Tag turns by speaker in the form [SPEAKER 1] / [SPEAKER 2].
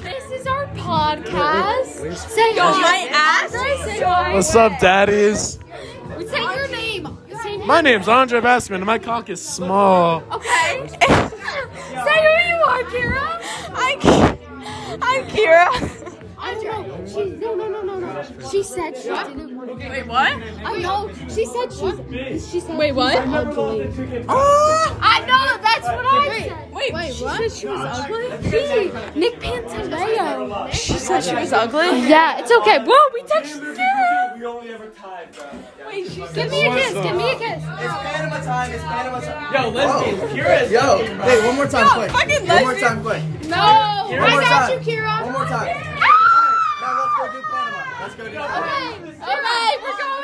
[SPEAKER 1] is our podcast.
[SPEAKER 2] Where's-
[SPEAKER 1] Say
[SPEAKER 3] my ass
[SPEAKER 2] What's up, daddies?
[SPEAKER 1] Say your name. Say your-
[SPEAKER 2] My name's Andre Bassman, and my cock is small.
[SPEAKER 1] Okay. Say who you are, Kira.
[SPEAKER 3] I'm, Ki- I'm Kira.
[SPEAKER 1] I don't know. She, no, no, no, no, no. She said she didn't want to.
[SPEAKER 3] Wait, what?
[SPEAKER 1] I know. She said she's. She said
[SPEAKER 4] Wait, what?
[SPEAKER 1] she's Ugly.
[SPEAKER 3] Oh,
[SPEAKER 1] I know. That's what I said.
[SPEAKER 3] wait, wait,
[SPEAKER 4] what?
[SPEAKER 1] She was ugly. She, Nick Pantaleo.
[SPEAKER 3] She said she was ugly.
[SPEAKER 1] Yeah, it's okay. Whoa, we touched Kira.
[SPEAKER 5] We only ever tied, bro.
[SPEAKER 1] Give me a kiss. Give me a kiss.
[SPEAKER 6] Panama time, it's Panama time.
[SPEAKER 5] Yo, lesbian, Kira is
[SPEAKER 6] Yo, hey, one more time,
[SPEAKER 3] Yo,
[SPEAKER 6] quick.
[SPEAKER 3] fucking
[SPEAKER 6] One more
[SPEAKER 3] lesbian.
[SPEAKER 6] time, quick.
[SPEAKER 1] No, I got
[SPEAKER 6] more time.
[SPEAKER 1] you, Kira.
[SPEAKER 6] One more time.
[SPEAKER 1] Ah!
[SPEAKER 6] Now let's go do Panama. Let's go do Panama.
[SPEAKER 1] Okay, okay, we're going